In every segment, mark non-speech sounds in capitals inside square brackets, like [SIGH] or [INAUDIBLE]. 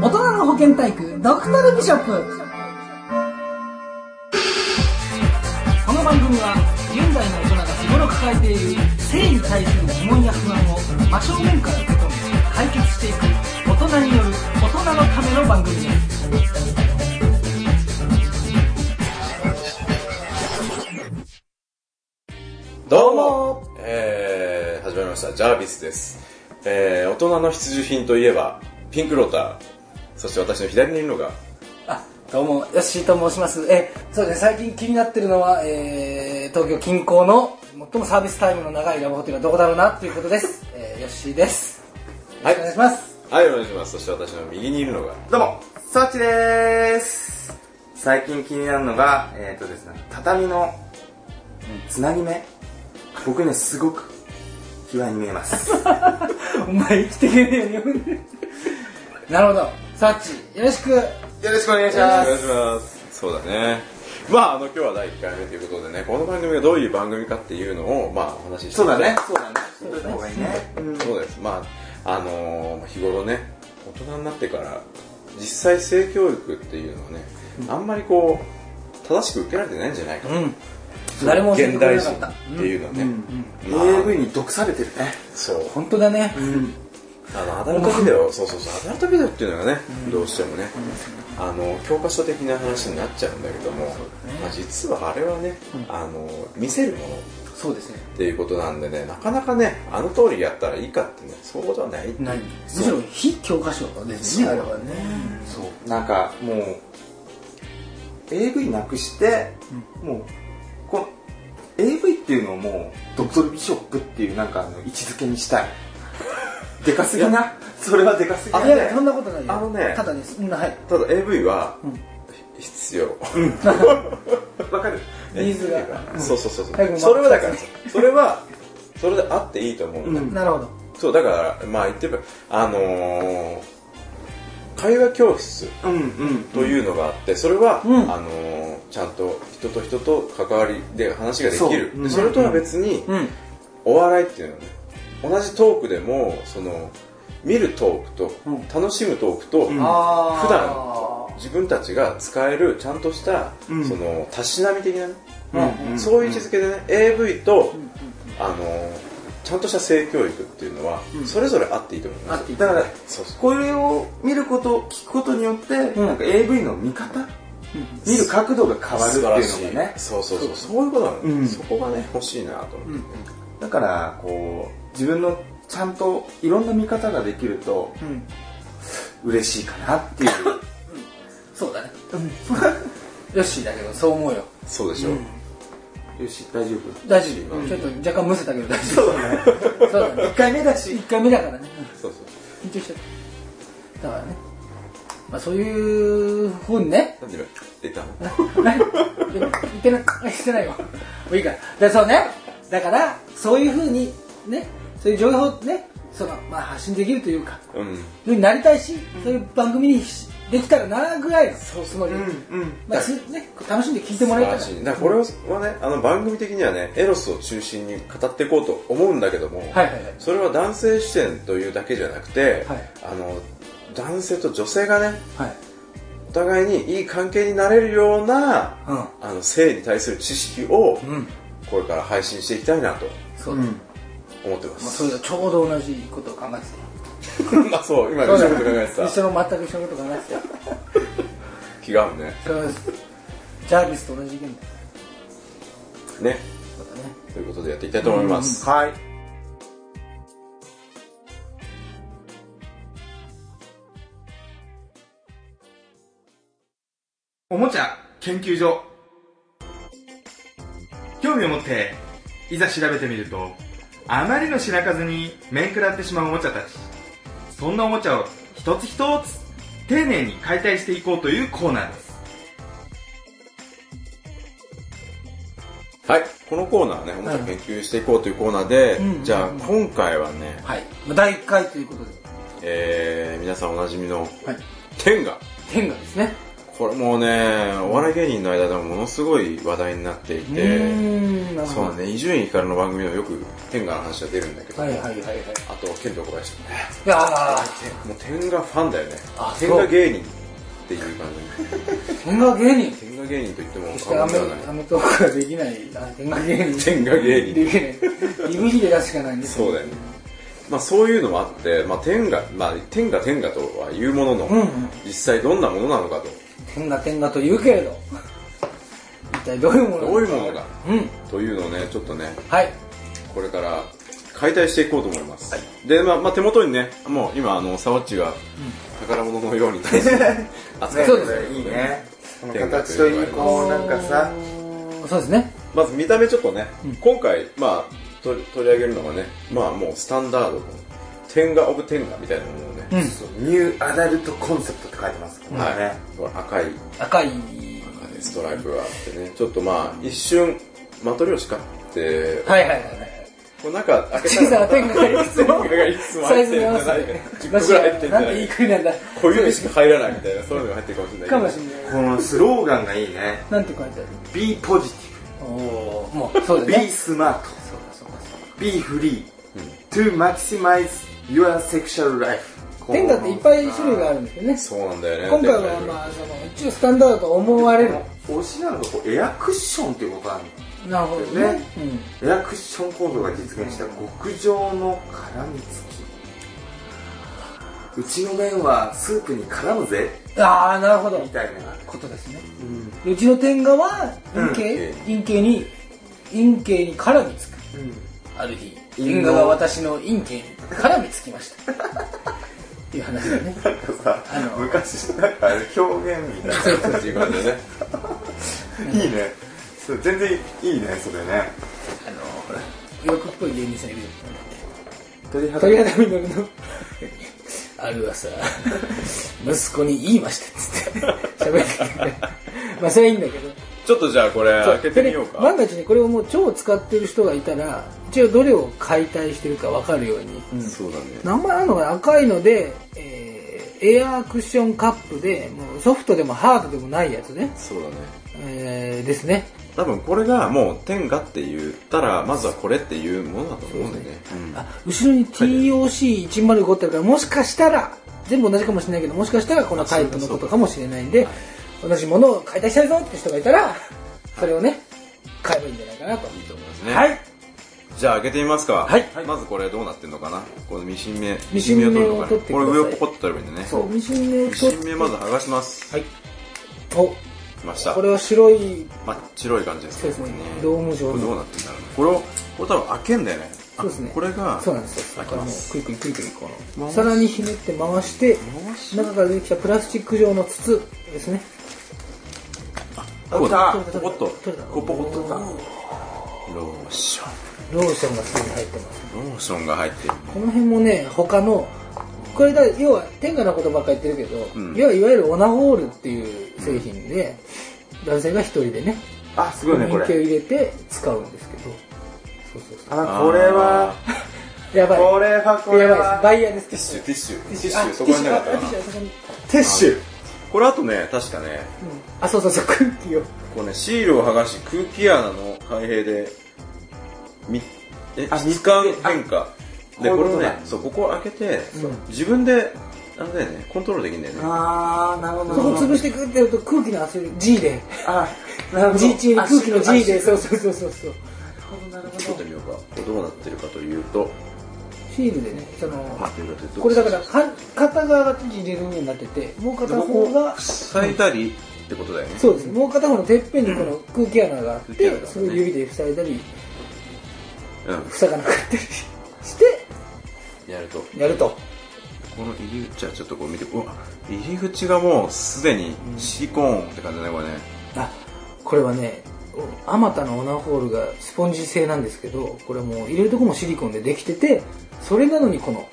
大人の保健体育ドクタルビショップこの番組は現代の大人が日頃抱えている性に対する疑問や不安を真正面から受け止め解決していく大人による大人のための番組ですどうもえー、始まりました。ジャービスです。えー、大人の必需品といえば、ピンクローター。そして私の左にいるのが、あどうもよっしーと申しますえそうですね最近気になってるのは、えー、東京近郊の最もサービスタイムの長いラブホテルはどこだろうなっていうことです、えー、よっしーですはいお願いしますはい、お願いします。そして私の右にいるのが、どうも、サーチでーす。最近気になるのが、えっ、ー、とですね、畳のうんつなぎ目。僕にはすごく、卑猥に見えます。 [LAUGHS] お前生きていけねえよ。なるほど。サッチ、よろしく。よろしくお願いしおま願いす。します。そうだね。まあ、あの、今日は第1回目ということでね、この番組がどういう番組かっていうのを、まあ、お話ししてそうだいきたいね。そうだね。そうだね。方がいいね。うん。そうです。まあ、あのー日頃ね、大人になってから、実際性教育っていうのはね、あんまりこう、正しく受けられてないんじゃないかな。誰も教えて現くれ代なか人った。っていうのはね、まあ AV に毒されてるね。そう本当だね。うん。あのアダルトビデ [LAUGHS] オそうそうそうアダルトビデオっていうのはね、どうしてもね、あの教科書的な話になっちゃうんだけども、まあ、実はあれはね、あの見せるものっそうですね。ていうことなんでねなかなかねあの通りやったらいいかってねそうじゃないっていうない。むしろ非教科書ですね、あれはね。そう。なんか、もう、AV なくして、もう、この、AV っていうのをもう、ドクトルビショップっていうなんかあの位置づけにしたい。でかすぎな。それはでかすぎあないねやいや、そんなことないよ。あのねただです。うん、はい。ただ AV は、必要わかるニーズが AV はそうそうそうそ早くうもそれはだからそれはそれであっていいと思うんだ、うんなるほど。そうだからまあ言ってばあのー会話教室うんうんというのがあって、それは、うんあのーちゃんと人と人と関わりで話ができるそ,、そううんでそれとは別に、うん。お笑いっていうのはね同じトークでもその見るトークと、うん楽しむトークと、うんあ普段自分たちが使えるちゃんとした、うんそのたしなみ的なね、うんうんそういう位置づけでね、AV と、うんあのーちゃんとした性教育っていうのは、うんそれぞれあっていいと思いますあっていいだからそうそうこれを見ること聞くことによって、んなんか AV の見方うん見る角度が変わる素晴らっしていういのがねそうそうそうそういうことなの、うんそこがね欲しいなと思って、うんだからこう自分のちゃんといろんな見方ができるとうんうん。嬉しいかなっていうそうだね。よっしーだけど、そう思うよ。そうでしょ、うよし大丈夫大丈夫。ちょっと若干むせたけど大丈そう [LAUGHS] だね夫。そうだね。 1回目だし一回目だからね。そうそう緊張しちゃっただからね、まあ、そういうふうにねなんで今出たの言ってなしてないわもういいからでそうねだからそういうふうにねそういう情報をねその、まあ、発信できるというかうんふうになりたいし、そういう番組にしできたらならぐらいのつもり、うんうんまあすね、楽しんで聞いてもらえたら素晴らしいだからこれはねあの番組的にはねエロスを中心に語っていこうと思うんだけども、はいはいはいそれは男性視点というだけじゃなくて、はいあの男性と女性がねはいお互いにいい関係になれるような、うんあの性に対する知識を、うんこれから配信していきたいなとそうう、んま思ってまあ、それす、とちょうど同じことを考えてあ、 [LAUGHS] そう今た一よ緒のこと考えてた一緒の全く一緒のこと考えてたよ気が合うねそうですジャービスと同じ意見だねそうだねということでやっていきたいと思います、はいおもちゃ研究所興味を持っていざ調べてみるとあまりの品数に面食らってしまうおもちゃたちそんなおもちゃを一つ一つ丁寧に解体していこうというコーナーですはい、このコーナーはね、おもちゃ研究していこうというコーナーで、うんじゃあうん今回はね、はい、まあ、第1回ということで、えー、皆さんおなじみのはい、天が、天がですねここれもうねお笑い芸人の間でもものすごい話題になっていてーんなるそほうだね伊集院光の番組でもよく天下の話は出るんだけどども、はいはいはいはいあと剣道小林とかねいやーもう天下ファンだよねあ天そ下う芸人っていう感じ天下芸人天下芸人と言っても決して過ア言メではないアメトークができないあ天下芸人天下芸人できない DVD で出すしかないんですそうだよねまあそういうのもあって、まあ、天下、まあ、天下天下とは言うものの、うんうん実際どんなものなのかと天下天下と言うけれど一体どういうものどういうものかうんというのをねちょっとねはいこれから解体していこうと思います、で、まあまあ、手元にねもう今あのサワッチが宝物 [LAUGHS] のように扱ってそうるですんけどいいねこの天下と形いとうのがありまいいすこうなんかさそうですねまず見た目ちょっとね、今回、まあ、取り取り上げるのがね、まあもうスタンダードの、天下オブ天下みたいなものをね、うんそうニューアダルトコンセプトって書いてますからはねい、これ赤い赤いストライプがあってね、ちょっとまあ一瞬、マトリョーシカって、はいはいはいはいこの中開け小たさな [LAUGHS] ら、天下がいくつも天下がいくつもサ入イっズてに合るんじわゃなせいてロか、10個ぐシらい入ってアるんじなゃんてないいいか、国なんだ小指しか入らないみたいな、そういうのが入ってるかもしれないけかどもしれないこのスローガンがいいねなんて書いてある B ポジテおおもうそうィブだ [LAUGHS] B ねスマートそうかそうかそうか Be free to maximize your sexual life 天下っていっぱい種類があるんですよねそうなんだよね。今回はまあその一応スタンダードと思われる推しなのがこうエアクッションっていうことなのなるほどねねうんエアクッション構造が実現した極上の絡みつきうちの麺はスープに絡むぜああなるほどみたいな、ことですねうんうちの天下はうん陰茎陰茎に陰茎に絡みつくある日天下が私の陰茎に絡みつきました [LAUGHS] っていう話だねなんかさあの昔のなんかあれ表現みたいなそうそうっていう感じでね。いいねそれ全然いいねそれねあのほら欲っぽい芸人さんいるよ鳥肌鳥肌みのるのある朝息子に言いましたっつって喋りかけてまあそれはいいんだけどちょっとじゃあこれ開けてみようで万がか。一ねこれをもう超使ってる人がいたら一応どれを解体してるか分かるように、そうだね。名前あるのかな赤いので、えーエアークッションカップでもうソフトでもハードでもないやつね、そうだね。えーですね多分これがもう天下って言ったらまずはこれっていうものだと思うんだよね、あ後ろに TOC105 ってあるからもしかしたら全部同じかもしれないけどもしかしたらこのタイプのことかもしれないんで同じものを解体したいぞって人がいたらそれをね買えばいいんじゃないかなといいと思いますね、はいじゃあ開けてみますかはいまずこれどうなってんのかなこのミシン目ミシン目をミるのか取なってくこだれさい上をポコッと取ればいいんだねそうミシン目をミ取シっンて目まず剥がしますはいおきましたこれは白い真っ白い感じですそうですねこドーム状れねこれどうのなってんだろうねこれをこれ多分開けんだよねあそうですねこれがそうなんですよだ開きからまもうすクイクイクイクイこの回す皿にひねって回して回し中から出てきたプラスチック状の筒ですねこうだ取れたポコッと取れたこうポコッとローションローションがすぐ入ってますローションが入ってるこの辺もね他のこれだ要は天下のことばっかり言ってるけど、うん要はいわゆるオナホールっていう製品で、男性が一人でねあすごいねこ人気をれ入れて使うんですけどそうそうそあこれはうやばいこれはこれやばいですはバイヤーですティッシュティッシュティッシあュそこになかったティかッなシュあそこにティッシュこれあとね確かねうんあそうそうそう空気をこうね、シールを剥がし空気穴の開閉でみえあ質感変化でこうこいうれことねだそうここを開けて、そう自分であれだよねコントロールできるんだよねああなるそほこ潰してくってやると空気の圧力 G であなるほど G 中に空気の G でそそううそうそうそうそうなる撮ってみようかこれどうなってるかというとシールでねそのどうなってるかというとこれだからか片側が手に入れるようになっててもうで片ここ方がを塞いだりってことだよね、そうですねもう片方のてっぺんにこの空気穴があっ空気穴てがねそれを指で塞いだりうん塞がなかったりしてやるとやるとこの入り口はちょっとこう見てうわ入り口がもうすでにシリコーンって感じだねこれねあこれはねあまたのオナホールがスポンジ製なんですけどこれもう入れるとこもシリコンでできててそれなのにこの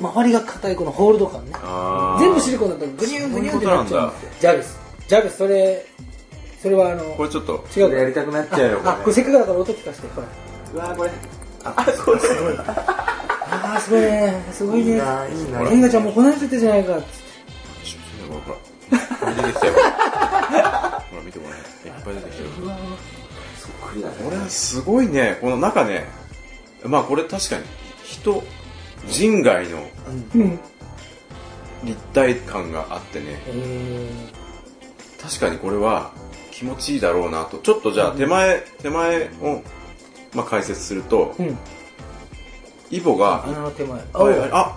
周りが硬いこのホールド感ねあー全部シリコンだとグニューグニューってなっちゃうんですよジャルスジャルスそれそれはあのこれちょっと違うからやりたくなっちゃうよあこれせっかくだから音聞かせてほらうわこれああすごいねすごいねいいないいなレンガちゃんもうこないしてたじゃないかっつってほらこれ出てきたよほら見てごらんいっぱい出てきてる不安をそっくりだねこれはすごいねこの中ねまあこれ確かに人人外のうん立体感があってねえ確かにこれは気持ちいいだろうなとちょっとじゃあ手前、手前を、まあ、解説すると、ー、うんイボが穴の手前あはいはいあ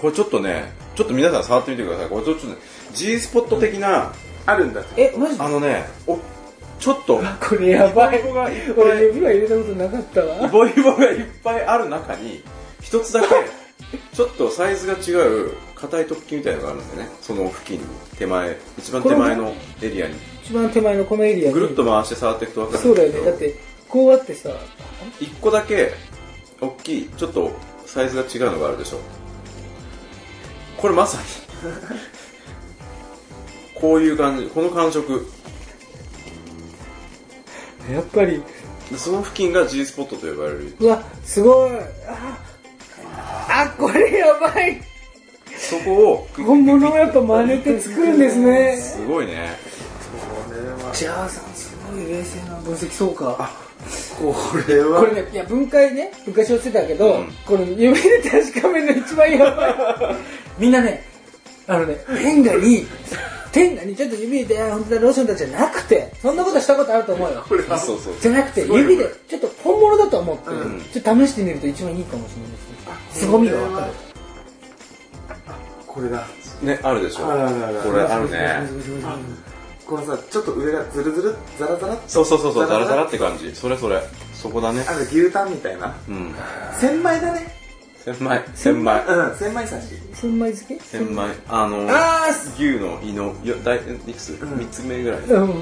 これちょっとねちょっと皆さん触ってみてくださいこれちょっとね G スポット的な、あるんだえマジであのねおちょっとこれやばいイボがいっぱい俺指輪入れたことなかったイわボイボがいっぱいある中に一つだ [LAUGHS] けちょっとサイズが違う硬い突起みたいなのがあるんでねその付近に手前一番手前のエリアに一番手前のこのエリアにぐるっと回して触っていくと分かるそんうだでよすけねどだってこうあってさ一個だけ大きいちょっとサイズが違うのがあるでしょこれ [LAUGHS] まさにこういう感じこの感触やっぱりその付近が G スポットと呼ばれるうわすごいああこれやばいそこをクイッ本物をやっぱ真似て作るんですねすごいねじゃあさんすごい冷静な分析そうかこれはこれねいや分解ね分解しようとしてたけど、うんこの夢で確かめるの一番やばいみんなねあのね天下に天下にちょっと指で本当だローションたちじゃなくてそんなことしたことあると思うよこれはそうそうじゃなくてごいね指でちょっと本物だと思って、うんちょっと試してみると一番いいかもしれないですね凄みがわかるこれだねあるでしょあるあるあるこれあるねこのさちょっと上がズルズルザラザラってそうそうそうそうザザララザザララって感じそれそれそこだねあの牛タンみたいなうん千枚だね千枚千 [LAUGHS] 枚うん千枚刺し千枚漬け千枚あのあーす牛の胃のいや大いくつうん3つ目ぐらいかうんな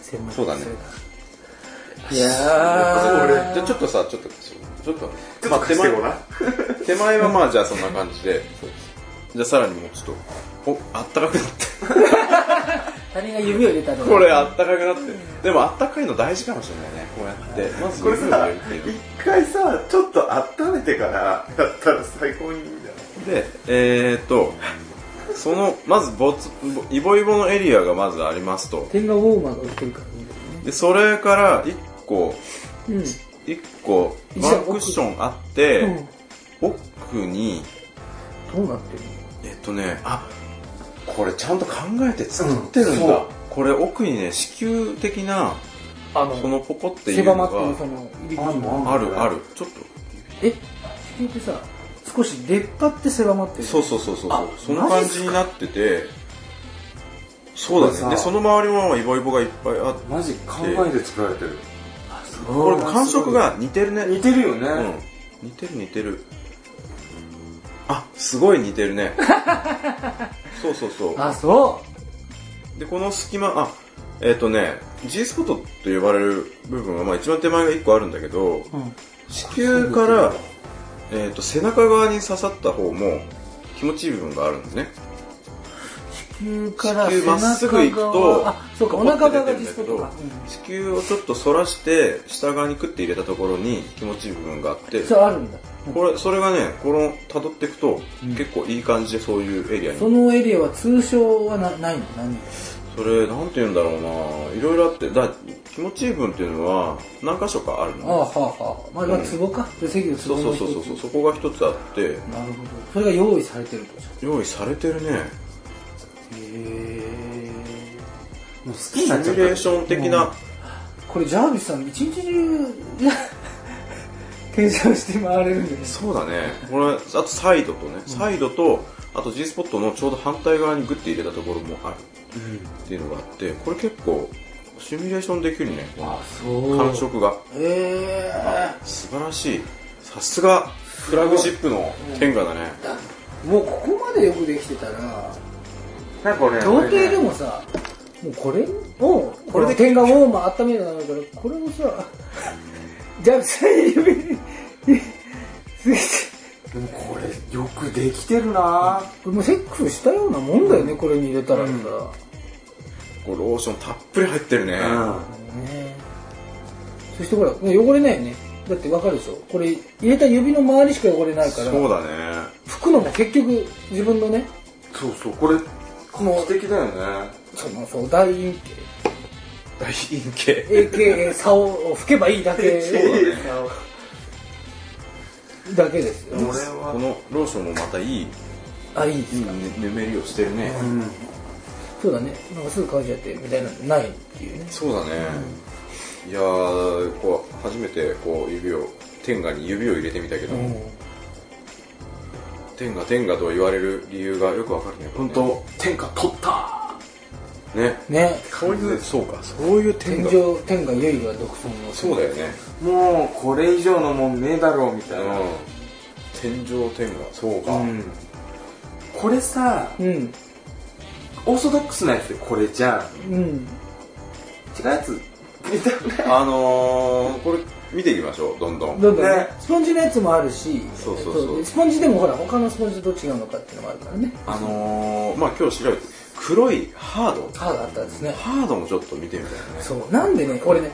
千枚漬けそうだねいやこれじゃあちょっとさちょっとちょっとちょまっあ手と貸して前ごらん [LAUGHS] 手前はまあじゃあそんな感じでじゃあさらにもうちょっとおあったかくな [LAUGHS] ってー他人が指を入れたのこれあったかくなってでもあったかいの大事かもしれないねこうやってまずこれ水を入されるっていうの一回さちょっと温めてからやったら最高にいいんだよでえー、っとそのまずボツボイボイボのエリアがまずありますと天下ウォーマーが売ってるからいいですねでそれから1個うん1個一ワ段ンクッションあって、奥にどうなってるのえっとねあこれちゃんと考えて作ってるんだ、うんそうこれ奥にね子宮的なあそのポコっていう狭のまってるそがの入り口あんのあるあるちょっえ地球ってさ少し出っ張って狭まってとるそうそうそうそうあその感じになっててそうだこれさねでその周りもイボイボがいっぱいあってマジ考えて作られてるこれ感触が似てるね似てるよね、うん似てる似てるあすごい似て [LAUGHS] るねそうそうそうあそでこの隙間あえっ、とね G スポットと呼ばれる部分は、まあ、一番手前が1個あるんだけどう、うん、子宮から、えー、と背中側に刺さった方も気持ちいい部分があるんですね地球から地球まっすぐ行く背中と側あそうかお腹側が出てディるスんポだけッどトか、子宮をちょっと反らして下側にクッて入れたところに気持ちいい部分があってうん、そうあるんだこれそれがねこの辿っていくと、結構いい感じでそういうエリアにそのエリアは通称はなないの何それなんて言うんだろうないろいろあってだ気持ちいい部分っていうのは何箇所かあるああのはあはあまあまあ壺か女性器のそ壺うのそう一つそうそうそうそこが一つあってなるほどそれが用意されてるってこと用意されてるねへえもう好きシになっちゃミっュレーション的なこれジャービスさん一日中 [LAUGHS] 検証して回れるんだよねそうだねこれあとサイドとねサイドとあと G スポットのちょうど反対側にグッて入れたところもあるっていうのがあってこれ結構シミュレーションできるねこのそう感触がええ素晴らしいさすがフラグシップの天下だねもうここまでよくできてたらたなんか俺童貞で俺ねもさもうこれをこれで天下ウォーマー温めるのだからこれをさジャービスさん指にすげえでもこれよくできてるなこれもうセックスしたようなもんだよね、これに入れたらさ、うんこうローションたっぷり入ってるね、ねそしてほらね汚れないよねだってわかるでしょこれ入れた指の周りしか汚れないからそうだね拭くのも結局自分のねそうそうこれ画期的だよねそのそう大陰大陰茎茎 AKA 竿を吹けばいいだけだけですよ俺はこのローションもまたいいあいいですか、ぬぬめりをしてるね、うんそうだねなんかすぐ乾いちゃってみたいなのないっていうねそうだね、いやーこう初めてこう指を天下に指を入れてみたけど、天下天下と言われる理由がよくわかるねこれ本ね当天下取ったねねそういうそうかそういう天天井下天が唯が独尊をそうだよねもうこれ以上のもんねえだろうみうたいな、ん天上天下そうか、うんこれさうんオーソドックスなやつでこれじゃんうん違うやつ見たくない [LAUGHS] あのー、これ見ていきましょうどんどんどんどんねねスポンジのやつもあるしそうそうそうスポンジでもほら他のスポンジと違うのかっていうのもあるからねあのー、まあ今日調べて黒いハードハードあったんですねハードもちょっと見てみたいねそうなんでね俺ね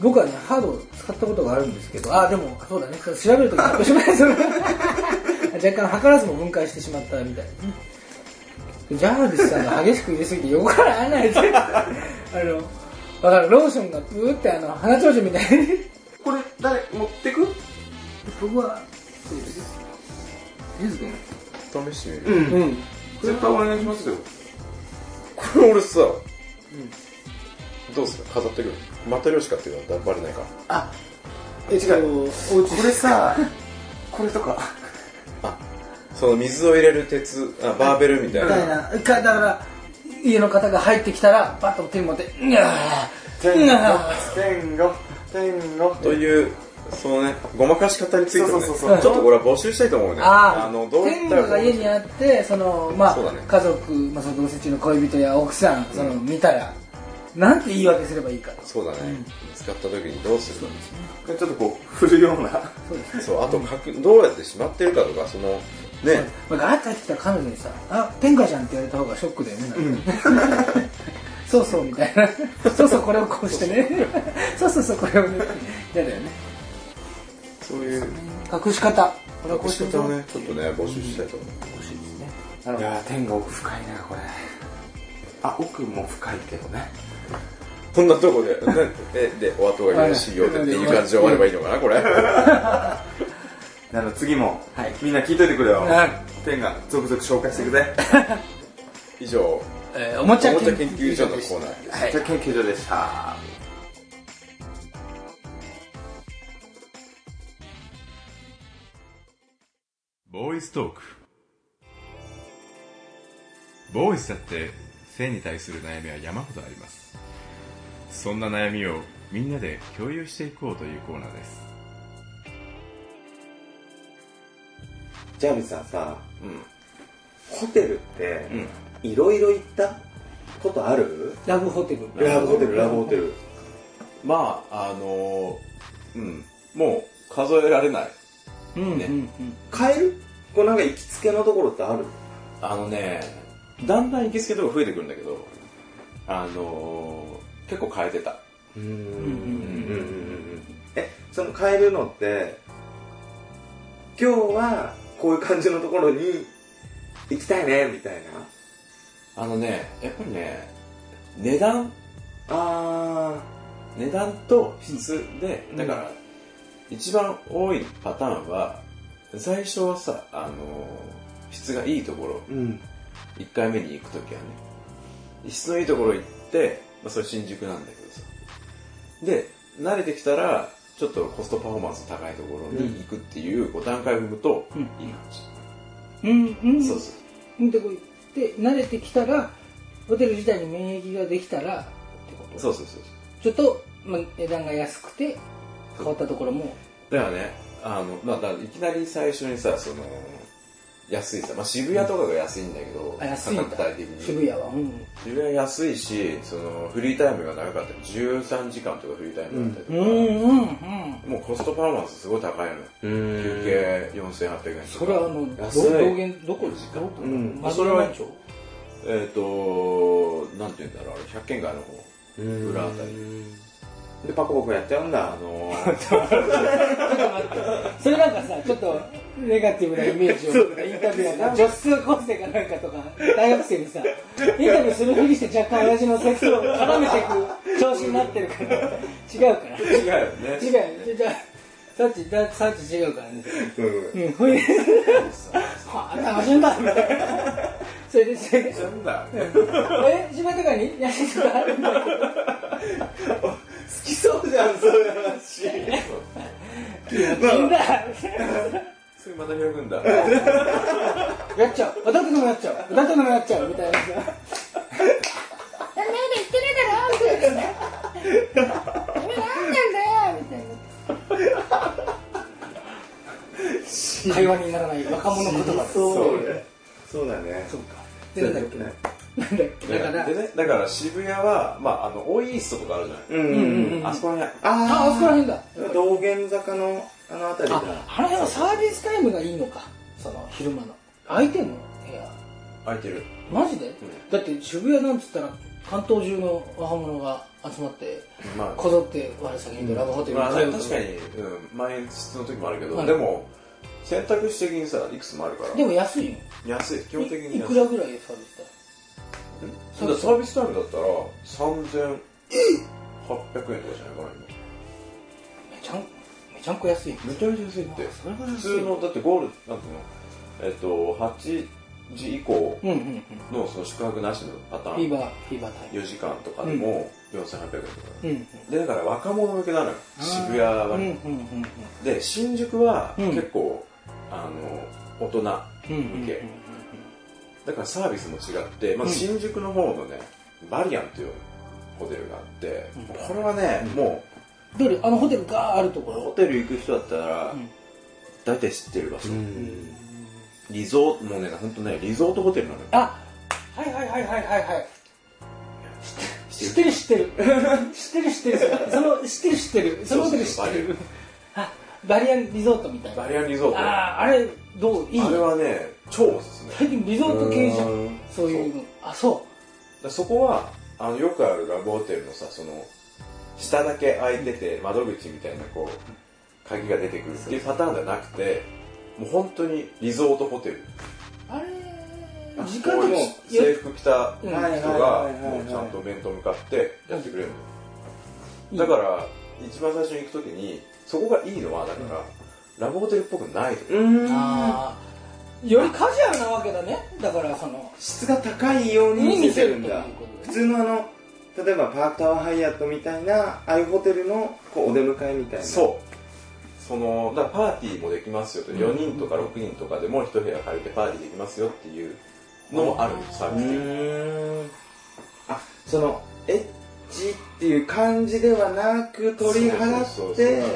僕はねハードを使ったことがあるんですけどあでもそうだねそう調べるとき発表しないそれ [LAUGHS] 若干図らずも分解してしまったみたいですねジャービスさんが激しく入れすぎて横から穴開いて [LAUGHS] あのわかるローションがブーってあの鼻長寿みたいにこれ誰持ってく僕はゆずくん試してみる、んうん絶対お願いしますよこれ俺さ、どうすか飾ってくるまた漁師かっていうのはバレないかあえ違うおうちこれさこれとかあその水を入れる鉄あバーベルみたいみたいななかだから家の方が入ってきたらバッと手に持って「うんあーうん天あ狗ー天狗天狗というそのねごまかし方についてもねそうそうそうちょっとこれは募集したいと思うねああのどうい天っ狗たが家にあってそのまあ、そうだね家族、まあ、その同棲中の恋人や奥さんその、見たらなんて言い訳すればいいかそうだね、使った時にどうするかちょっとこう振るようなそうですそうあとかくどうやってしまってるかとかそのねまあ、ガラッと入ってきたら彼女にさ「あ天下じゃん」って言われた方がショックだよねなんかね [LAUGHS] そうそうみたいなそうそうこれをこうして [LAUGHS] ねそうそうそうこれをね嫌だよねそういう隠し方これはこ隠うしして方をねねちょっとね募集したいと思う、欲しいですねいやー天狗奥深いなこれあ奥も深いけどねこんなとこでなえでお後がよろしいようでっていう感じで終わればいいのかなこれなので次も、はいみんな聞いといてくれよ、はい天が続々紹介していくぜ以上えーおもちゃおも研ちゃ研究究所所のコでしたーナーはいじゃあ研究所でしたボーイズトークボーイズだって性に対する悩みは山ほどありますそんな悩みをみんなで共有していこうというコーナーですジャービスさんさうんホテルってうんいろいろ行ったことあるラブホテルラブホテルラブホテルまああのーうんもう数えられないうんうんねうん変えるこうなんか行きつけのところってあるあのねだんだん行きつけとか増えてくるんだけどあのー、結構変えてたうんうんうんえその変えるのって今日はこういう感じのところに行きたいねみたいなあのねやっぱりね値段あ値段と質で、うんだから一番多いパターンは最初はさあのー質がいいところーうん1回目に行く時はね質のいいところ行って、まあ、それ新宿なんだけどさで慣れてきたらちょっとコストパフォーマンス高いところに行くっていうこう段階を踏むとうんいいかもしうんうんれない、そうそううんでこう行って慣れてきたらホテル自体に免疫ができたらってことそうそうそうちょっと、まあ、値段が安くて変わったところもだからねあの、まあ、だからいきなり最初にさその安いさ、まあ、渋谷とかが安いんだけど、あ安いんだ価格帯的に渋谷はうん渋谷安いしそのフリータイムが長かったり13時間とかフリータイムだったうりんとか、うんうんもうコストパフォーマンスすごい高いのよ休憩4800円とかそれはあのど安い道元どこですかんマそれは町えっ、となんて言うんだろうあれ百軒街の方うん裏あたりでパコパコやっちゃうんだあ [LAUGHS] のー、それなんかさちょっとネガティブなイメージをインタビューやな女子高生かなんかとか大学生にさインタビューするふりして若干親父のセクスを絡めていく調子になってるから違うから違うよね。違うよじゃあサッチだサッチ違うからねうんうんほいではあ楽しんだみたいなそれでそれでなんだ。え島とかにやしとか好きそうじゃんそういう話死んだそれまた開くんだ。やっちゃう歌ってのもやっちゃう歌ってのもやっちゃうみたいなさなんで言ってるだろみたいな。 [LAUGHS] なんなんだよみたいな。会話にならない若者言葉ですそうねそうだねそうかでなんだっけなんだっけだからでね、だから渋谷は、まあ、あの、大イーストとかあるじゃない。うんうんうんうんあそこら辺、ああそこらあ辺だあ道玄坂のあの辺りああだの辺はサービスタイムがいいのかその昼間の空いてんの部屋空いてる。マジでだって渋谷なんつったら関東中の若者が集まってまあ、こぞって我先にドラブホテルにまあ、行っ確たりとかに、うん、満延室の時もあるけど、はいでも、選択肢的にさ、いくつもあるから。でも安いよ安い、基本的にい安い。くらぐらいサービスタイムただサービスタイムだったら、3800円とかじゃないかな、めちゃんめちゃんこ安い今。めちゃめちゃ安いって。それが普通の、だってゴール、なんていうの、えっと、8時以降うんうんうんのその宿泊なしのパタフィーーン、バーフィーバータイム4時間とかでも4800円とか。うんうんで、だから若者向けなのよ、渋谷はうんね。うんうんで、新宿はうん結構、あの、大人。うんうんうんうんけだからサービスも違って、まず新宿の方のね、バリアンというホテルがあって、うんこれはね、もどれあのホテルがあるとこう、ホろテル行く人だったらうん、大体知ってる場所。んリゾート、もうね、ほんとね、リゾートホテルなのよ。あはいはいはいはいはいはい知知っっててる知ってる [LAUGHS] 知ってる知ってるその知ってる知ってるそのホテル知そうってそうるあバリアンリゾートみたいなバリアンリゾート。あああーあれどういいれはね、超おすすめ。だか最近リゾート系じゃうんんそういうのあそらそこは、あの、よくあるラブホテルのさ、その、下だけ開いてて、窓口みたいな、こう、鍵が出てくるっていうパターンじゃなくて、もう本当にリゾートホテル。うあれあ時間こうのいう制服着た人はいはいはがいはいはいもうちゃんと面と向かってやってくれるうんのだから一番最初に行く時にそこがいいのはだからラブホテルっぽくないとうんああよりカジュアルなわけだねだからその質が高いように見せてるんだ見せるっていうことね普通のあの例えばパークタワーハイアットみたいなああいうホテルのこうお出迎えみたいなそうそのだからパーティーもできますよと4人とか6人とかでも1部屋借りてパーティーできますよっていうのもあるサーうビスでーんあそのエッジっていう感じではなく取り払そうそうそっうてそう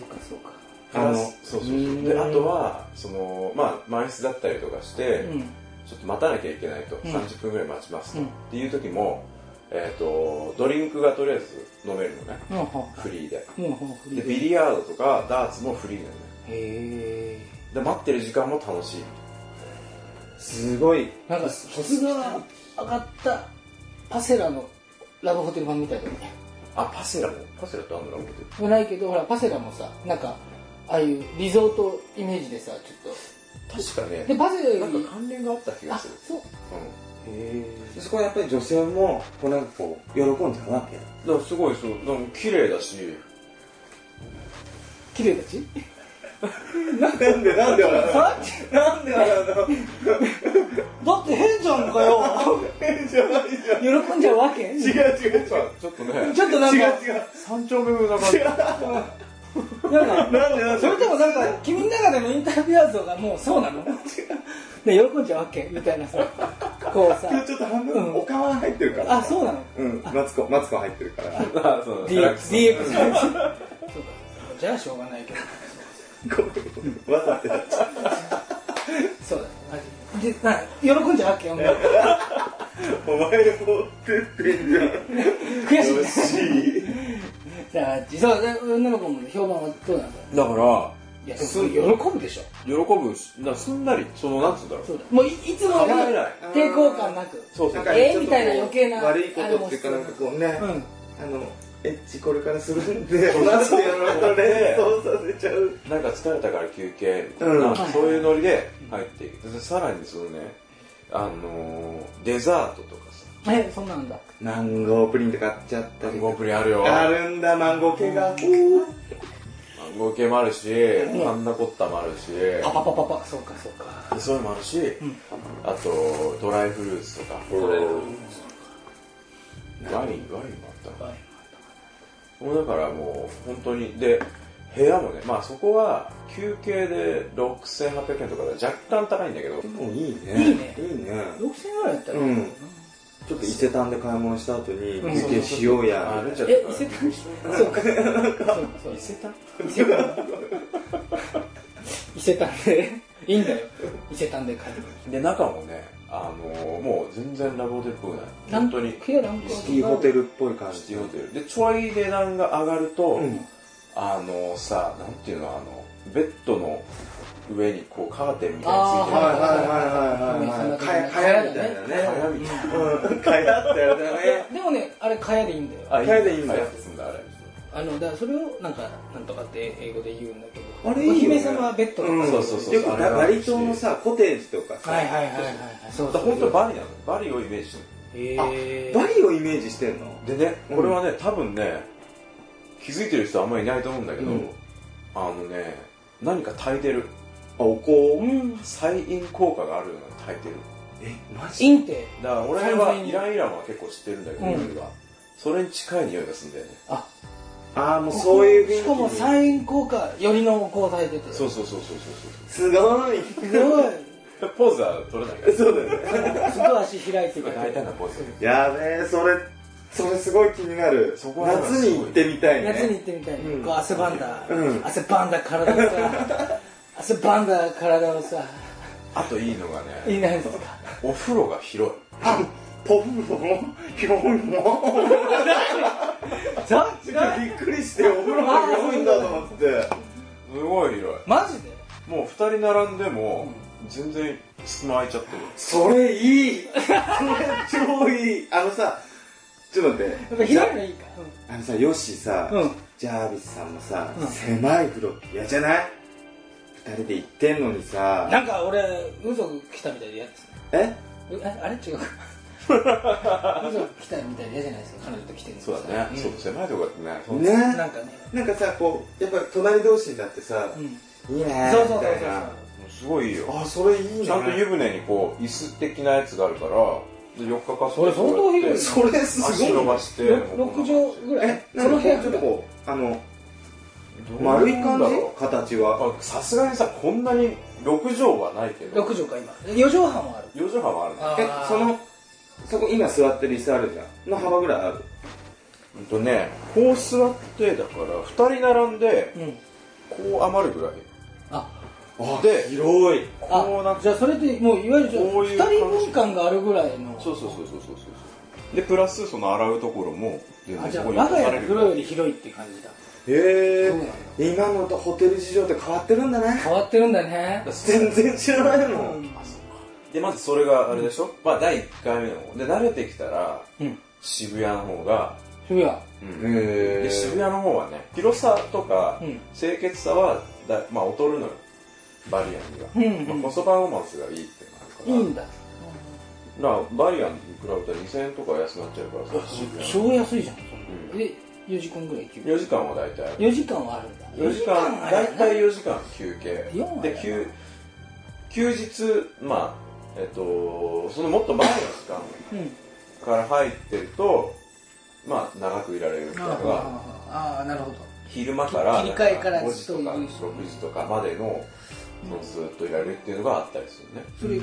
そうかそうかあのそうそうそううんであとはそのまあ満室だったりとかして、うんちょっと待たなきゃいけないと、ん30分ぐらい待ちますと、うんっていう時も、えっとドリンクがとりあえず飲めるのねもうほフリーでうもうほうでビリヤードとかダーツもフリーなのねへえで待ってる時間も楽しいすごいなんか質が上がったパセラのラブホテル版みたいだよねあパセラもパセラってあんのラブホテルないけどほらパセラもさなんかああいうリゾートイメージでさちょっ確かとでねパセラよなんりか関連があった気があするそうでそこはやっぱり女性もこうなんかこう喜んじゃうわけうん、だからすごいそうなんか綺麗だし綺麗だしなんでなんで笑さっきうなんで笑うのだって変じゃんかよじゃないじゃん喜んじゃうわけ違う違う違うちょっとねちょっとなんか違う違う三丁目風な感じなんかなんでなんそでれともなんか君の中でのインタビュアー像がもうそうなので喜んじゃうわけみたいなさこうさ今日ちょっと半うん分おかわ入ってるからあそうなのうんマツコマツコ入ってるから [LAUGHS] あそう DX そ DX そうかじゃあしょうがないけどごめんわざってなっちゃうそうだねマジででな喜んじゃうわけよお前を持ってってんじゃん悔しいんだ [LAUGHS] しいじゃあ実は女の子も評判はどうなんだろだからういや喜ぶでしょ喜ぶしだからすんなりそのなんつうんだろうそうだもういいつもより構えない抵抗感なくそうそうえーみたいな余計な悪いことっていうかなんかこうね、うんあのエッチこれからするんで、同じやろうとねね、そうさせちゃう。なんか疲れたから休憩みたいな、うんなんかそういうノリで入っていくでさらにそのねあのーデザートとかさえ、そんなんだ。マンゴープリンとか買っちゃったマンり。ゴープリンあるよあるんだ、マンゴー系が。マンゴー系もあるしパンナコッタもあるしパパパパパ、そうかそうか。でそういうのもあるし、んあとドライフルーツとかドライフルーワインワインもあったのもうだからもう本当にで部屋もねまあそこは休憩で6800円とかで若干高いんだけどもういいいいねいいね。 6000円ぐらいだったら。うんちょっと伊勢丹で買い物した後に、うん休憩しようあや。れじゃえ、伊勢丹そうか。そう伊勢丹そう伊勢丹。伊勢丹で、いいんだよ。伊勢丹で買ってくる。で中もねあのーもう全然ラボテっぽくない本当にクヤランクシティホテルっぽい感シテじ。ィホテルでちょい値段が上がると、んあのーさなんていうのあのベッドの上にこうカーテンみたいについてるあーはいはいはいはいはい。かや、かやみたいな蚊ね。帳みたいなうん、かやったよね。でもね、あれ、かやでいいんだよ。あ蚊帳でいいんだ蚊帳ってすんだあれあの、だからそれを、なんか、なんとかって英語で言うんだけど。あれいいよねお姫様ベッドとか。うん、そうそうそうよくバリ島のさ、コテージとかさ、はいはいはいはい。そうだから本当にババリなのバリをイメージしてえー、バリをイメージしてんのるでねうんこれはね多分ね気づいてる人はあんまりいないと思うんだけど、うんあのね何か炊いてるあ、お香うん。細飲効果があるような炊いてるえ、マジインテ。だから俺はイランイランは結構知ってるんだけど、うん俺はそれに近い匂いがするんだよねあー、もうそういうしかも雰囲気に。サイン効果よりの交代出てるそううそうそうそうそうすごい。すごいそうポーズは取れないからそうだよね。すごい足開いてく大れ体てなポーズやべえ、それ、それすごい気になる。夏そこはに行ってみたいね。夏に行ってみたいね、うんこう汗ばんだ、うん汗ばんだ体を [LAUGHS] さ汗ばんだ体をさあといいのがいねいないですかお風呂が広いポンポン、ヒョンもン。 [LAUGHS] ザびっくりして、お風呂が広いんだと思って。すごい広いマジでもう2人並んでも全然隙間空いちゃってるそれいい。それ超いい。あのさ、ちょっと待やっっぱて。じゃ広いのいいかあのさ、ヨッシーさ、うんジャービスさんもさ、うん狭い風呂嫌じゃない二人で行ってんのにうん、さ、なんか俺嘘来たみたいで嫌ですねえうああれ違うか嘘来たみたいで嫌じゃないですか彼女と来てるのそうだね、そう狭いとこだってねそうねなんかね、なんかさ、こう、やっぱ隣同士になってさう、ん、いいねそうそうそうそみうたいな。すごいいいよあ、それいいね。ちゃんと湯船にこう椅子的なやつがあるからで4日かそれ相当広いねそれすごい。足伸ばして6畳ぐらいえ、そのなんか部屋ちょっとこう、あの、どう丸い感じなんだろう形は。あさすがにさこんなに6畳はないけど6畳か今4畳半はある4畳半はあるねあえ、その、そこ今座ってる椅子あるじゃん。の幅ぐらいある。うんとねこう座ってだから2人並んでうんこう余るぐらいああで広い。こうなあっじゃあそれでもういわゆるじゃあこうい2う感じ人分間があるぐらいのそうそうそうそうそうそうでプラスその洗うところも全あ然じゃそあこに我が家のぐ風らい呂より広いって感じだへそうなんだえ。今のとホテル事情って変わってるん [LAUGHS] だね。変わってるんだね全然知らないの。でまずそれがあれでしょ、まあ第1回目の方で慣れてきたらうん渋谷の方が、渋谷うんへで渋谷の方はね広さとかうん清潔さはだ、まあ、劣るのよバリアンには、うんうんまあ、コストパフォーマンスがいいっていうのがあるからいいんだだからバリアンに比べたら2000円とか安くなっちゃうからさ渋谷超安いじゃんそんなうんで4時間ぐらい休憩4時間は大体4時間はあるんだ4時だ間大いたい体4時間休憩四割で休休日まあえっとそのもっと前の時間から入ってるとまあ長くいられるみたいなのがああなるほど昼間から切り替えから5ずっ時とといるか6時とかまでのそのずっといられるっていうのがあったりするねそれ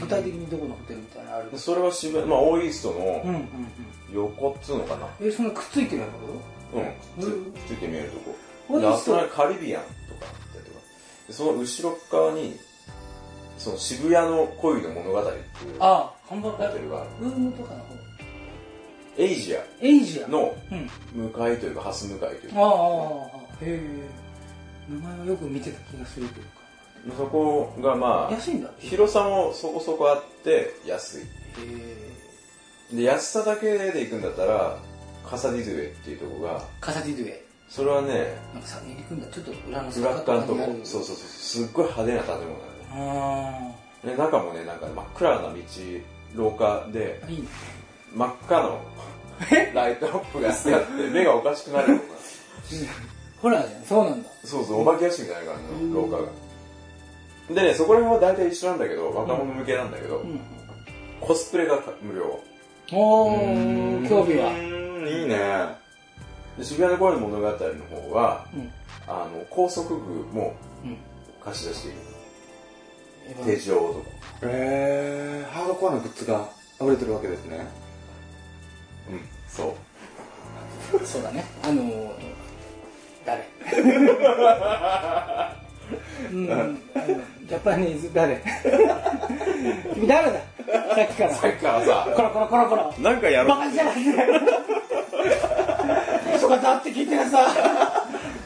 具体的にどこのホテルみたいなのあるでそれは渋谷まあ大イーストうんうのんうん横っつうのかなえそのくっついてるやつうんうんくっつくっついて見えるとこ大井であスそこトにカリビアンとかあったりとかでその後ろっ側にその渋谷の恋の物語っていうホああ看板があテるルがあるウームとかの方エイジアエイジアのうん向かいというか蓮向かいというあああかあへえ名前はよく見てた気がするけどそこがまあ安いんだへ広さもそこそこあって安いえで安さだけで行くんだったらカサディドゥエっていうとこがカサディドゥエそれはねなんかさ入り組んだちょっと裏のブラッカーのとこ坂そにあうるそうそうすっごい派手な建物なのねあで中もねなんか真っ暗な道廊下であいいね真っ赤のライトアップがしてあって目がおかしくなるようなホラーじゃんそうなんだそうそう、お化け屋敷みたいな感じの廊下が。でね、そこら辺は大体一緒なんだけど、若者向けなんだけど、うんコスプレが無料。おうおん興味はうんいいねで渋谷の恋の物語の方は、うんあの、高速具もうん貸し出している。手錠とか。えー、ハードコアなグッズが溢れてるわけですねそう。そうだねあのー、 [LAUGHS] 誰うんあのジャパニーズ誰君誰ださっきからさっきからさ、コロコロコロコロなんかやろバうカにしやがってそこだって聞いてくだ [LAUGHS] さ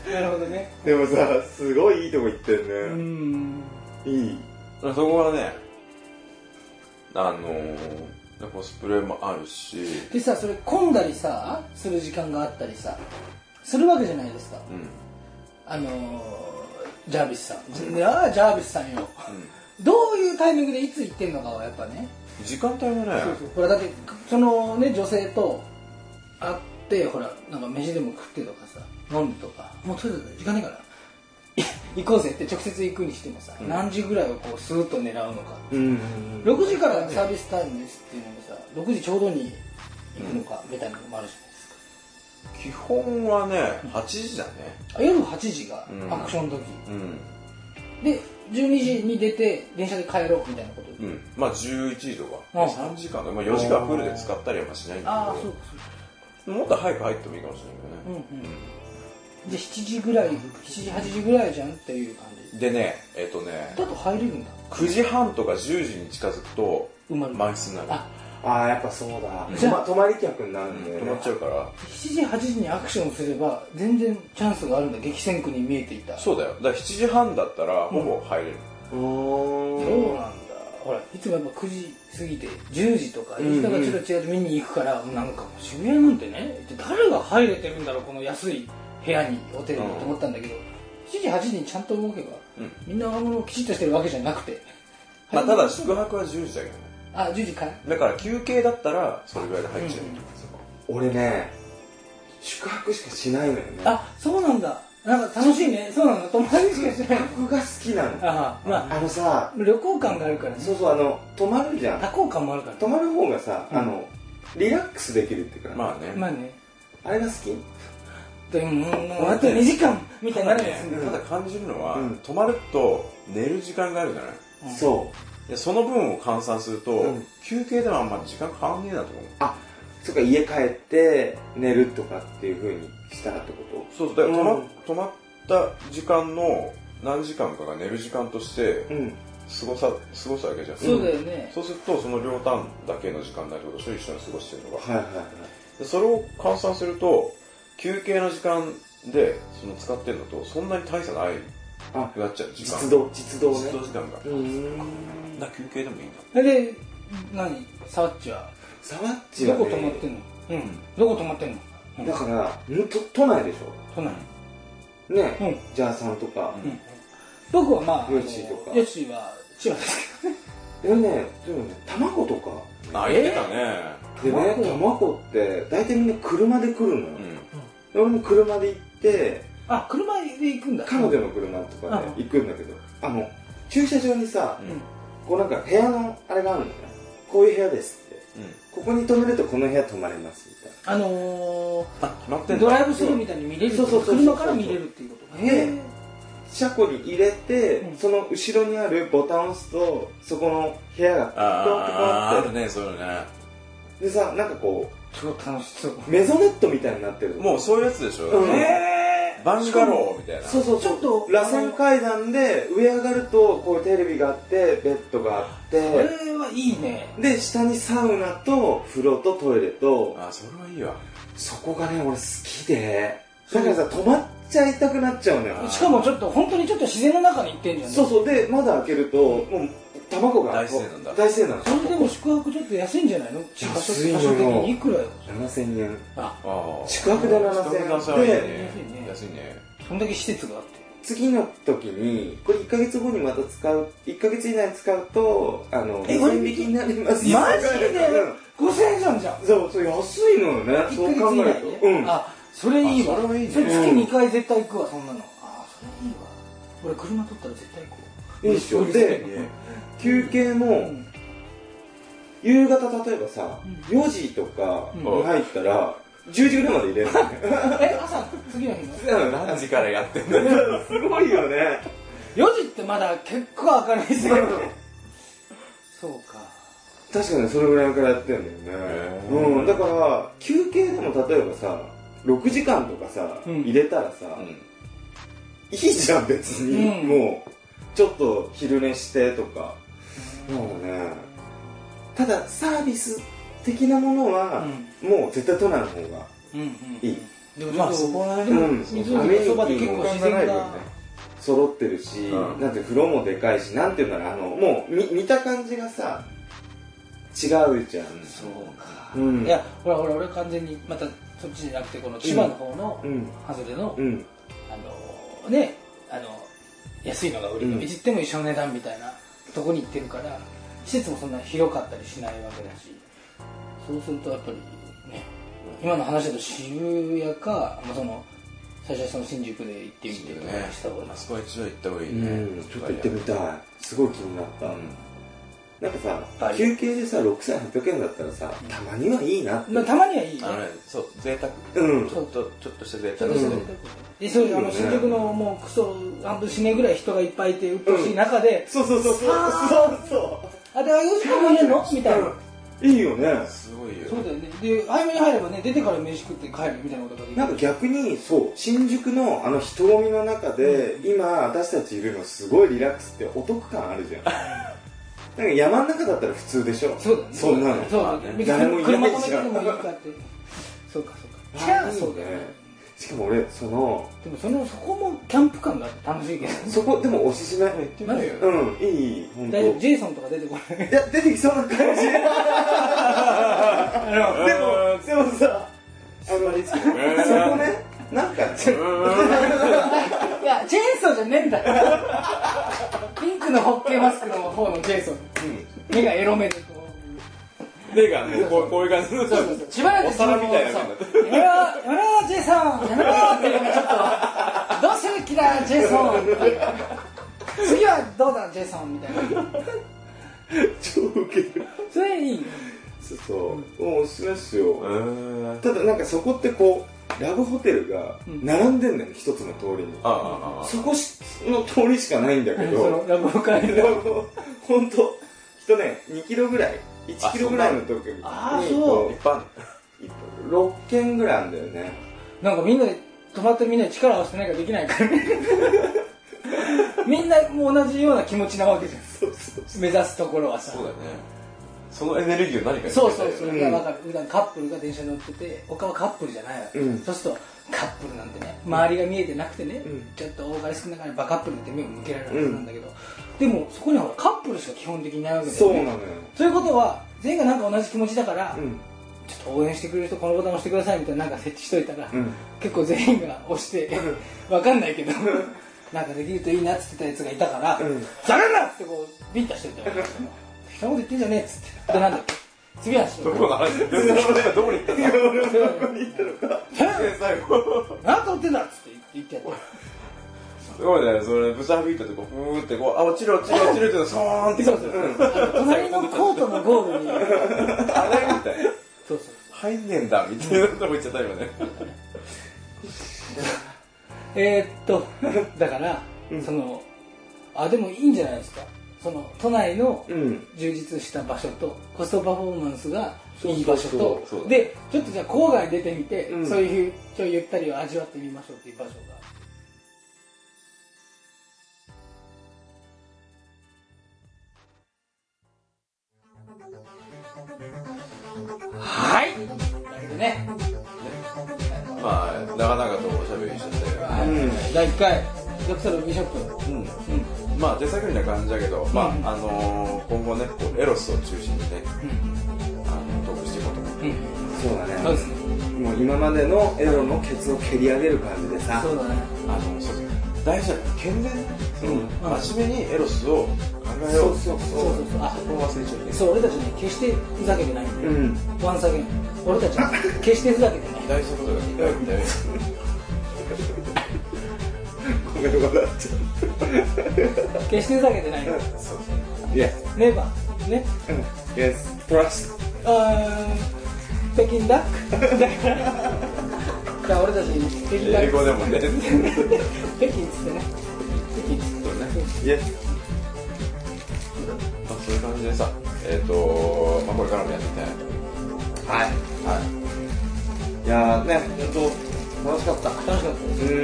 いなるほどねでもさすごいいいとこ行ってうるね、んいいそこはね、あのー、コスプレもあるし、でさそれ混んだりさする時間があったりさするわけじゃないですかうん。あのー、ジャービスさんああジャービスさんよどういうタイミングでいつ行ってんのかはやっぱね時間帯もね、そうそうほらだってそのね女性と会ってほらなんか飯でも食ってとかさ飲むとかもうとりあえず時間ないから [LAUGHS] い行こうぜって直接行くにしてもさ、何時ぐらいをこうスーッと狙うのか、うん6時からサービスタイムですっていうのにさ6時ちょうどに行くのかみたいなのもあるじゃないですか基本はね、8時だね。あ夜8時がうんアクションの時、うん。で12時に出て電車で帰ろうみたいなこと、うん、まあ11時とか、うん3時間ね、まあ、4時間フルで使ったりはしないんあだあそうかけどもっと早く入ってもいいかもしそうれかなういんけうどんじね、ゃあ7時ぐらい7時8時ぐらいじゃんっていう感じでねえっ、とねだと入れるんだ9時半とか10時に近づくと埋まる満室になるあああやっぱそうだ、 [LAUGHS] じゃあま、泊まり客になるんだよ止ねまっちゃうから7時8時にアクションすれば全然チャンスがあるんだ激戦区に見えていたそうだよだから7時半だったらほぼ入れる、うそうーんなんだほらいつもやっぱ9時過ぎて10時とか人がちらちらと見に行くから、なんかもう渋谷なんてね一体誰が入れてるんだろうこの安い部屋にホテルにと思ったんだけど、7時8時にちゃんと動けば、うんみんなあのきちっとしてるわけじゃなくてまあ、ただ宿泊は10時だけどねあ10時からだから休憩だったらそれぐらいで入っちゃう、うん俺ね宿泊しかしないのよねあそうなんだなんか楽しいねそうなんだ友達しかしない [LAUGHS] 僕が好きなのああまああのさ旅行感があるからねそうそうあの泊まるじゃん多幸感もあるから泊まる方がさ、うんあのリラックスできるっていうか、まあね、まあねあれが好きでももうあと2時間みたいになただるんですねねただ感じるのは、うん泊まると寝る時間があるじゃないうんそうでその分を換算すると、うん休憩ではあんまり時間変わんねえなと思うそっか家帰って寝るとかっていうふうにしたらってこそうそうだから止ま,、うん止まった時間の何時間かが寝る時間としてとうん過ごさ過ごすわけじゃんそうだよねそうするとその両端だけの時間になることでしょ一緒に過ごしてるのが、はいはいでそれを換算すると休憩の時間でその使ってるのとそんなに大差ないあくなっちゃう時間実動実動ね実動時間がうーんだから休憩でもいいんだで何サワッチはサワッチどは、ね、こ泊まってんのうんどこ泊まってんのうんだからん都都内でし都内ょね、うんジャーさんとか、うん僕はまあヨッシーとかあのヨッシーは千葉ですけどね俺ねでもね卵とかあ言ってたねでね卵卵って大体みんな車で来るのよ、うんで俺も車で行ってあ車で行くんだ彼女の車とかで行くんだけどあの駐車場にさ、うんこうなんか部屋のあれがあるんだよねこういう部屋ですってここに泊めるとこの部屋泊まれますみたいあのあ決まってーんだドライブスルーみたいに見れるってことそうそうそうそう車から見れるっていうことねへーな車庫に入れて、うんその後ろにあるボタンを押すとそこの部屋があーあピコンピコンるっねそういうのねてでさなんかこ超楽しそううメゾネットみたいになってるもうそういうやつでしょ、うんへーバンガローみたいなそうそうそうちょっと螺旋階段で上上がるとこうテレビがあってベッドがあこってれはいいねで下にサウナと風呂とトイレとあそれはいいわそこがね俺好きでだからさ泊まっちゃいたくなっちゃうのよあーしかもちょっと本当にちょっと自然の中に行ってんじゃんそうそうで窓開けるともう卵が大自然なんだ大自然なんだそれでも宿泊ちょっと安いんじゃないの地下所安い地の下よ所的にいくらよ7000円あああ宿泊で7000円宿泊出したらいいね安いね安いねそんだけ施設があって次の時にこれ1ヶ月後にまた使う1ヶ月以内に使うとあのえ5000匹になりますマジで5000円じゃんじゃんうんそうそれ安いのよねそう1考ヶ月以内えるとね、うんあそれいいわあそれはいいねそれ月2回絶対行くわそんなのあそれいいわ俺車取ったら絶対行こういいっしょで休憩うもん夕方例えばさうん4時とかうんに入ったら10時ぐらいまで入れるのねえ朝次の日の何時からやってんだようん [LAUGHS] すごいよね4時ってまだ結構明るいですよそうか確かにそれぐらいからやってんだよねへ、ーうん、だから休憩でも例えばさ6時間とかさ、うん入れたらさ、いいじゃん別に、うんもうちょっと昼寝してとかもうねただサービス的なものは、もう絶対都内の方がうんうんいい、でもまあそこはねうん湖のそばで結構自然がアメニティも揃ってるし、うんなんて風呂もでかいしなんていうんだろうあのもう見見た感じがさ違うじゃんそうか、うんいやほらほら俺完全にまたそっちじゃなくてこの千葉の方のうん外れの、うんあのねあの安いのが売りのうんいじっても一緒の値段みたいなとこに行ってるから施設もそんな広かったりしないわけだしそうするとやっぱりね今の話だと渋谷か、まあ、その最初はその新宿で行ってみてとかした方がいいあそこは一度行った方がいいうんねちょっと行ってみたいすごい気になった、うんなんかさ、はい休憩でさ6800円だったらさたまにはいいなって、まあたまにはいいよあのねそう贅沢うんちょっとちょっとした贅ちょっと沢でしすた贅ね沢でそういうあの新宿のもうクソ半分死ねぐらい人がいっぱいいて鬱陶しい中で、そうそうそうそうさそうそあでは4時間もいるのみたいな、ういいよねすごいよそうだよねで早めに入ればね出てから飯食って帰るみたいなことができるなんか逆にそう新宿のあの人混みの中で、今私たちいるのすごいリラックスってお得感あるじゃんなんか山の中だったら普通でしょそうだねそんなのそうだまあねね別誰もいにない車止めじてゃんでもいいかってそうかそうかあーいいねそうだよねしかも俺そのでもそのそこもキャンプ感があって楽しいけどそこでもおすすめ行ってみようようんいい本当大丈夫ジェイソンとか出てこないいや出てきそうな感じでもでもさあのそこねなんかちょ [LAUGHS] いやジェイソンじゃねえんだよ [LAUGHS] ピンクのホッケーマスクの方のジェイソン目がエロ目でこう目がねこうこういう感じのそうそうそうしばらくお皿みたいなそうやめろやめろジェイソンやめろっていうのがちょっとどうする気だジェイソン次はどうだジェイソンみたいな超ウケるそれいいねそうそう、うん、おすすめっすよ、うんただなんかそこってこうラブホテルがうん並んでんだよね一つの通りにあああそこしの通りしかないんだそけのどラブホ会の本当人ね2キロぐらい1キロぐらいの時にあそんなあーそあ一般6軒ぐらいあんだよねなんかみんなで泊まってみんなで力を合わせてないからできないからねみんなもう同じような気持ちなわけじゃんそうそう目指すところはさそうだねそのエネルギーを何かにそうそうそう、うんいやわかる普段カップルが電車に乗ってて他はカップルじゃないわけ、うんそうするとカップルなんてね周りが見えてなくてね、うんちょっと大金少ながらバカップルって目を向けられるはずなんだけど、でもそこにはほらカップルしか基本的にいないわけだよねそうなのよということは全員がなんか同じ気持ちだから、うんちょっと応援してくれる人このボタン押してくださいみたいななんか設置しといたら、うん結構全員が押して、わかんないけどなんかできるといいなっつってたやつがいたから「うんざらな!」ってこうビンタしてたよ人のこと言ってんじゃねえっつってでなんだっけ次はしどこの話どこに行ったんだ最後何と言ってんだっつって言ってやったすごいねそれぶちはびいたとこふーってこうあ落ちる落ちる落ちるってそーんってそうそうそう隣のコートのゴールにあれみたいなそうそう入んねえんだみたいなとこ行っちゃった今ねえー、っとだから、そのあでもいいんじゃないですかその都内のうん充実した場所とコストパフォーマンスがいい場所とそうそうそうでちょっとじゃあ郊外出てみて、うんそういうちょいゆったりを味わってみましょうっていう場所がはいだけどね、まあ長々とおしゃべりしちゃったよはい第1回ドクターのビショップ、うんまあ手探りな感じだけど、まああのー今後ねこうエロスを中心にね、あのトークしていこうと思って、そうだねそうですねもう今までのエロのケツを蹴り上げる感じでさそうだねあのそう大事なのは健全その、うん真面目にエロスを考えようそそうそうそううそうあそこを忘れちゃいけないそう俺たちね決してふざけてないんで、うんワンサゲン俺たちは決してふざけてない大事なことがいただきたいごめん笑っちゃ決してふざけてないそうう Yes ネバーね Yes Trust あー北京ダックだからじゃあ俺たち北京ダッ英ク語でもね北京っつってね北京っつってそうね Yes まあ、そういう感じでさ、えっ、とまあ、これからもやっていきたいなと思いまはいす。はい。いやーね本当楽しかった楽しかったですう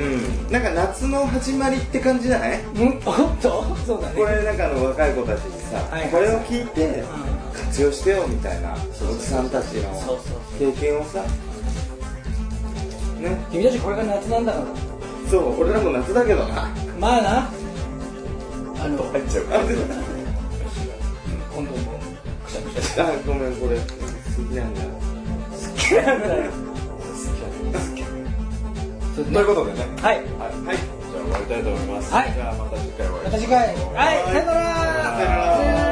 んなんか夏の始まりって感じじゃないうんおっとそうだねこれなんかあの若い子たちにさ、はいはいこれを聞いてうん活用してよみたいなおじさんたそちうのそう経験をさね君たちこれが夏なんだからそう俺らも夏だけどなまあなあの入っちゃうかあら。今度もくしゃくしゃしごめんこれ好きなんだてやるぐらいそうですとねいうことでね、はいはい。はい。じゃあ終わりたいと思います。はいじゃあまた次回お会いまたしましょう次回はいさよならさよなら